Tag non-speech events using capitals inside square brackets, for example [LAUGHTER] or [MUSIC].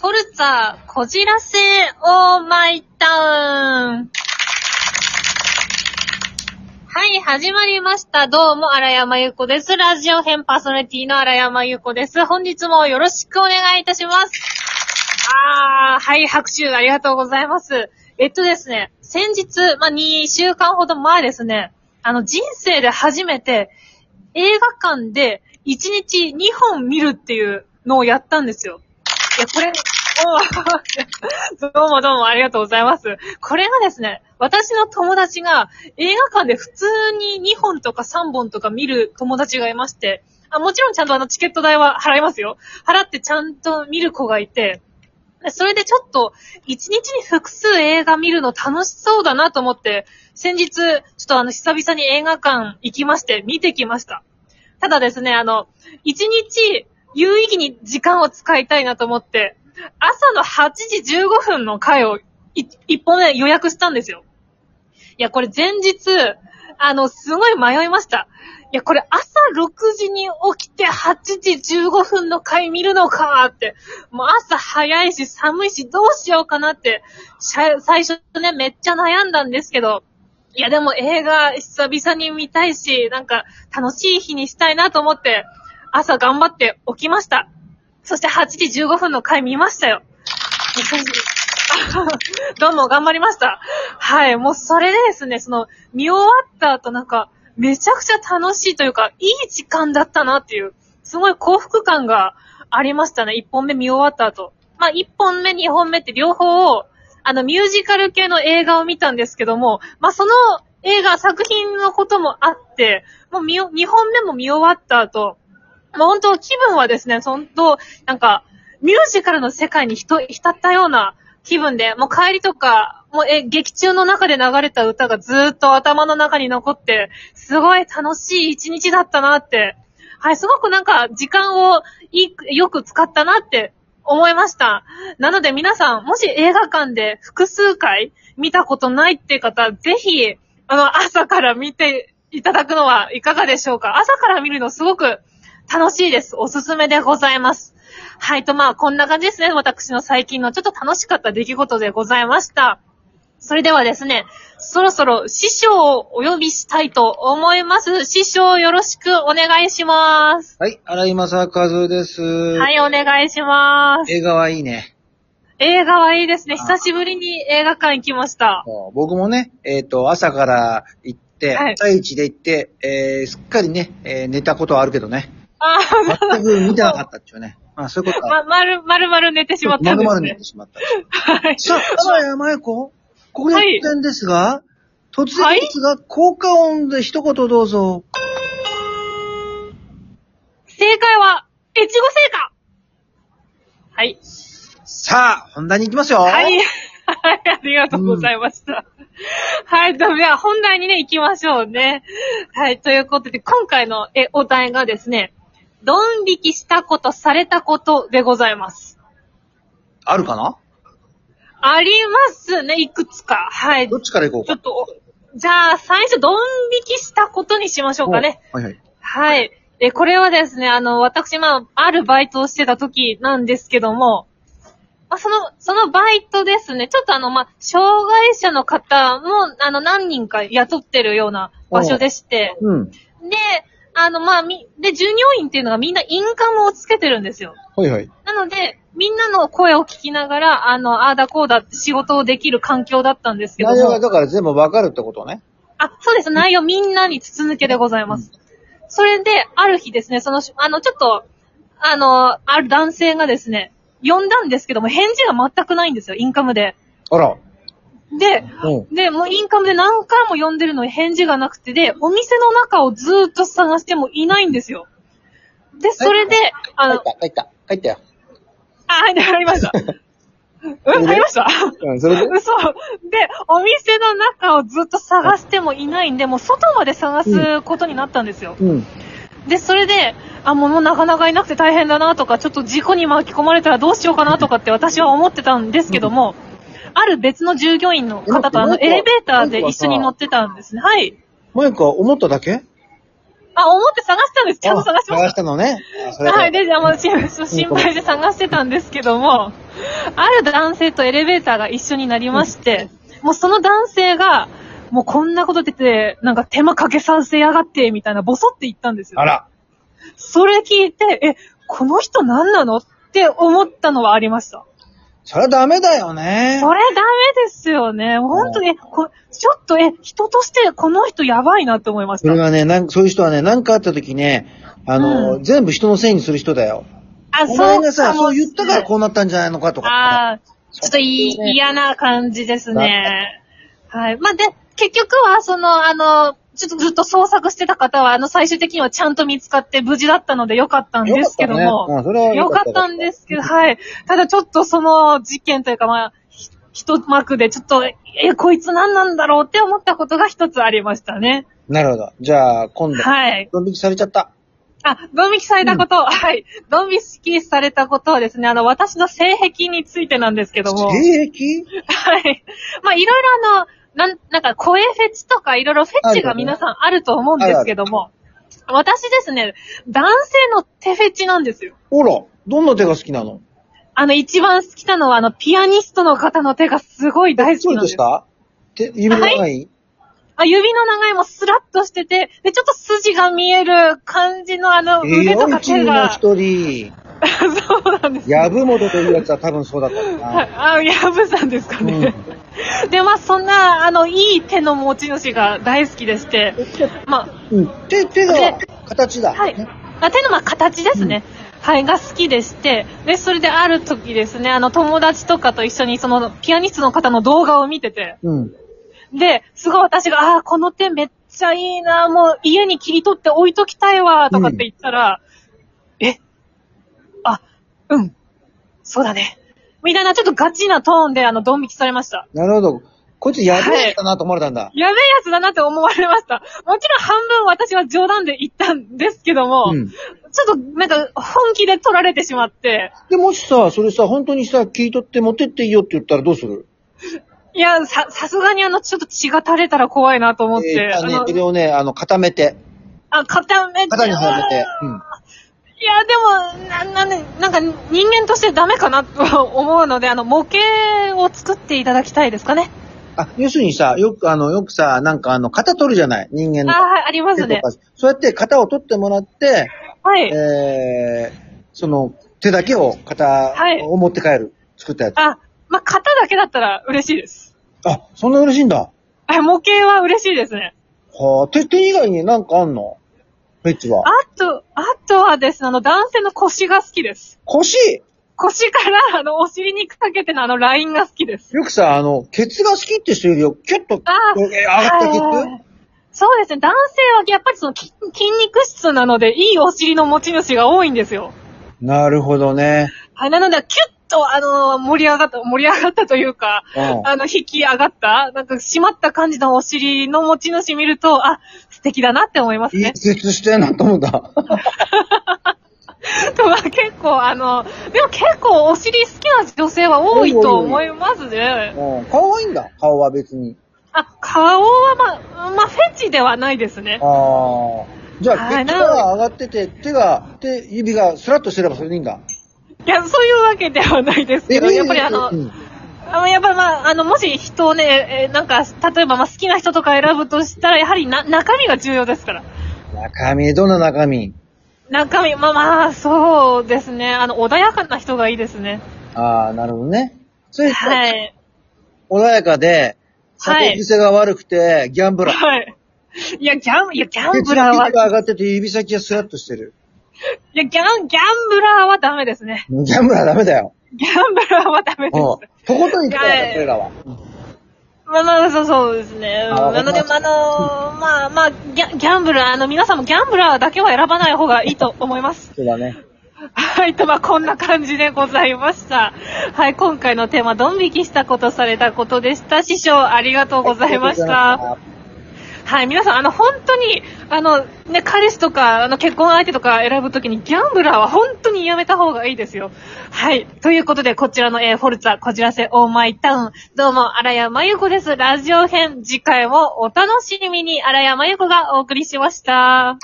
ポルツァー、こじらせ、オーマイタウン。はい、始まりました。どうも、荒山由子です。ラジオ編パーソナリティの荒山由子です。本日もよろしくお願いいたします。あー、はい、拍手ありがとうございます。えっとですね、先日、まあ、2週間ほど前ですね、あの、人生で初めて映画館で1日2本見るっていうのをやったんですよ。いや、これ、おー [LAUGHS] どうもどうもありがとうございます。これがですね、私の友達が映画館で普通に2本とか3本とか見る友達がいまして、あもちろんちゃんとあのチケット代は払いますよ。払ってちゃんと見る子がいて、でそれでちょっと、一日に複数映画見るの楽しそうだなと思って、先日、ちょっとあの、久々に映画館行きまして、見てきました。ただですね、あの、一日、有意義に時間を使いたいなと思って、朝の8時15分の回をい、一本目予約したんですよ。いや、これ前日、あの、すごい迷いました。いや、これ朝6時に起きて8時15分の回見るのかって、もう朝早いし寒いしどうしようかなって、しゃ最初ね、めっちゃ悩んだんですけど、いやでも映画久々に見たいし、なんか楽しい日にしたいなと思って、朝頑張って起きました。そして8時15分の回見ましたよ。 [LAUGHS] どうも頑張りました。はい、もうそれでですね、その、見終わった後なんか、めちゃくちゃ楽しいというか、いい時間だったなっていう、すごい幸福感がありましたね。1本目見終わった後。まあ、1本目、2本目って両方を、あの、ミュージカル系の映画を見たんですけども、まあ、その映画、作品のこともあって、もう見よ、2本目も見終わった後、まあ、本当気分はですね、本当なんか、ミュージカルの世界に人浸ったような気分で、もう帰りとか、もうえ、劇中の中で流れた歌がずーっと頭の中に残って、すごい楽しい一日だったなって、はい、すごくなんか時間をいいよく使ったなって思いました。なので皆さん、もし映画館で複数回見たことないっていう方、ぜひ、あの、朝から見ていただくのはいかがでしょうか朝から見るのすごく楽しいです。おすすめでございます。はい、とまあ、こんな感じですね。私の最近のちょっと楽しかった出来事でございました。それではですね、そろそろ師匠をお呼びしたいと思います。師匠よろしくお願いします。はい、荒井正和です。。はいい、お願いします。映画はいいね。映画はいいですね。あ久しぶりに映画館行きました。そう僕もね、えっ、と、朝から行って、はい朝一で行って、えー、すっかりね、えー寝たことはあるけ [LAUGHS] どね。あー、全く見てなかったっていうね。まあ、そういうことは。ま、まる、まるまる寝てしまったんまでるまする寝ねて。しまった。はい。さあ、荒井山由子、ここで突然ですが、突然ですが、効果音で一言どうぞ。正解は、越後製菓はい。さあ、本題に行きますよ。はい。はい、ありがとうございました。はい、では本題にね、行きましょうね。はい、ということで、今回のえお題がですね、ドン引きしたこと、されたことでございます。あるかなありますね、いくつか。はい。ちどょっちから行こうっか。と、おじゃあ、最初、ドン引きしたことにしましょうかね。お。はいはい。はい。え、これはですね、あの、私、まあ、あるバイトをしてた時なんですけども、まあ、その、そのバイトですね、ちょっとあの、まあ、障害者の方も、あの、何人か雇ってるような場所でして、うん。で、あの、まあ、み、で、従業員っていうのがみんなインカムをつけてるんですよ。はいはい。なので、みんなの声を聞きながら、あの、ああだこうだって仕事をできる環境だったんですけど内容がも、だから全部わかるってことね。あ、そうです、内容みんなに筒抜けでございます。それで、ある日ですね、その、あの、ちょっと、あの、ある男性がですね、呼んだんですけども、返事が全くないんですよ、インカムで。あら。で、うん。で、もうインカムで何回も呼んでるのに返事がなくて、で、お店の中をずーっと探してもいないんですよ。で、それで、あ帰っの、た、帰った、帰ったよ。あ、はい、入りま [LAUGHS] した。うん、入りましたうん、それで [LAUGHS] 嘘。で、お店の中をずっと探してもいないんで、もう外まで探すことになったんですよ。うん。で、それで、あ、もうもうなかなかいなくて大変だなとか、ちょっと事故に巻き込まれたらどうしようかなとかって私は思ってたんですけども、ある別の従業員の方とあのえエレベーターでなんか一緒に乗ってたんですね。はい。マイクは思っただけあ、思って探したんです。ちゃんと探しま探ししたのね。あた。それではい。で、じゃあもう心心配して探してたんですけども、ある男性とエレベーターが一緒になりまして、もうその男性が、もうこんなこと出て、なんか手間かけさせやがって、みたいな、ボソって言ったんですよ。あら。それ聞いて、え、この人何なのって思ったのはありました。それはダメだよね。それダメですよね。本当に、えこちょっと、え、人としてこの人やばいなって思いましそれた。がね、なんそういう人はね、なんかあった時ね、あの、うん全部人のせいにする人だよ。あ、お前がさ、かもそう言ったからこうなったんじゃないのかとか。ああ、ちょっといい嫌な感じですね。はい。まあ、で、結局は、その、あの、ちょっとずっと捜索してた方は、あの、最終的にはちゃんと見つかって無事だったのでよかったんですけども。よかったねうんそれはよよかかっったたんですけど、はい。ただちょっとその事件というか、まあ、ひ一幕でちょっと、え、こいつ何なんだろうって思ったことが一つありましたね。なるほど。じゃあ、今度、はい。ドン引きされちゃった。あ、ドン引きされたこと、はい。ドン引きされたことはですね、あの、私の性癖についてなんですけども。性癖はい。まあ、いろいろあの、なん、なんか声フェチとかいろいろフェチが皆さんあると思うんですけども、私ですね、男性の手フェチなんですよ。ほら、どんな手が好きなのあの、一番好きなのは、あの、ピアニストの方の手がすごい大好きなんとでしす。た手、指の長いあ指の長いもスラッとしてて、で、ちょっと筋が見える感じのあの、腕とかチー手ムのが。一人、そうなんです。ヤブモトというやつは多分そうだったは。ないあ、やぶさんですかうんね。で、まあ、そんな、あの、いい手の持ち主が大好きでして、まあ、うん。手、手が形だ。はいね。あ手のまあ形ですね。はい、が好きでして、で、それである時ですね、あの、友達とかと一緒に、その、ピアニストの方の動画を見てて、うん。で、すごい私が、ああー、この手めっちゃいいな、もう家に切り取って置いときたいわ、とかって言ったら、えあ、うん、そうだね。みたいな、ちょっとガチなトーンで、あの、ドン引きされました。なるほど。こいつヤブやったなと思われたんだ。やべえやつだなって思われました。もちろん半分私は冗談で言ったんですけども、うん。ちょっとなんか本気で取られてしまって、で、もしさ、それさ、本当にさ、聞い取って持ってっていいよって言ったらどうするいや、さ、さすがにあの、ちょっと血が垂れたら怖いなと思って、えーああねの、それをね、あの、固めて、あ、固めて、肩にはめて、いや、でも、な、な、なんか人間としてダメかなと [LAUGHS] 思うので、あの、模型を作っていただきたいですかね。うん。あ、要するにさ、よく、あの、よくさ、なんかあの、肩取るじゃない人間あ、の。はい、ありますね手。とかそうやって型を取ってもらって、はい。えー、その手だけを、型はいを持って帰る。作ったやつ。あ、まあ、型だけだったら嬉しいです。あ、そんな嬉しいんだ。あ模型は嬉しいですね。はあ、手、手以外になんかあんのフェッチは。あと、あとはですね、あの、男性の腰が好きです。腰腰から、あ [LAUGHS] の、お尻にかけてのあの、ラインが好きです。よくさ、あの、ケツが好きって人いるよ。キュッと、あーえー上がったケツはいそうですね。男性はやっぱりその筋筋肉質なので、いいお尻の持ち主が多いんですよ。なるほどね。はい。なので、キュッと、あのー盛り上がった、盛り上がったというか、うんあの、引き上がった、なんか締まった感じのお尻の持ち主見ると、あ、素敵だなって思いますいねい。ケツしてんなと思 [LAUGHS] った。とは結構、あの、でも結構お尻好きな女性は多いと思いますね。うん顔はいいんだ。顔は別に。あ、顔はまあ、まあ、フェチではないですね。ああ。じゃあ、はいケツが上がってて、手が、手、指がスラッとしてればそれでいいんだ。いや、そういうわけではないですけど、やっぱりあの、うんあのやっぱりまあ、あの、もし人をね、えーなんか、例えばまあ好きな人とか選ぶとしたら、やはりな、中身が重要ですから。中身、どんな中身中身、まあまあ、そうですね。あの、穏やかな人がいいですね。ああ、なるほどね。それ、はい。穏やかで、はい酒癖が悪くて、ギャンブラー。はい。いや、ギャン、い [LAUGHS] や、ギャン血ブラーは、がい上がってて指先がスラッとしてる。や、ギャン、ギャンブラーはダメですね。ギャンブラーダメだよ。ギャンブラーはダメでうん。とす。ことん行くからはだ、いそれらは。まあまあ、そうそうですね。あなので、わかりまあの、まあまあ、ギャンギャンブラー、あの、皆さんもギャンブラーだけは選ばない方がいいと思います。そうだね。はい、と、まあ、こんな感じでございました。はい、今回のテーマ、ドン引きしたことされたことでした。師匠、ありがとうございました。あはい、皆さん、あの、本当に、あの、ね、彼氏とか、あの、結婚相手とか選ぶときに、ギャンブラーは本当にやめた方がいいですよ。はい、ということで、こちらの、えーフォルツァ、こじらせ、オーマイタウン。どうも、荒谷真由子です。ラジオ編、次回もお楽しみに、荒谷真由子がお送りしました。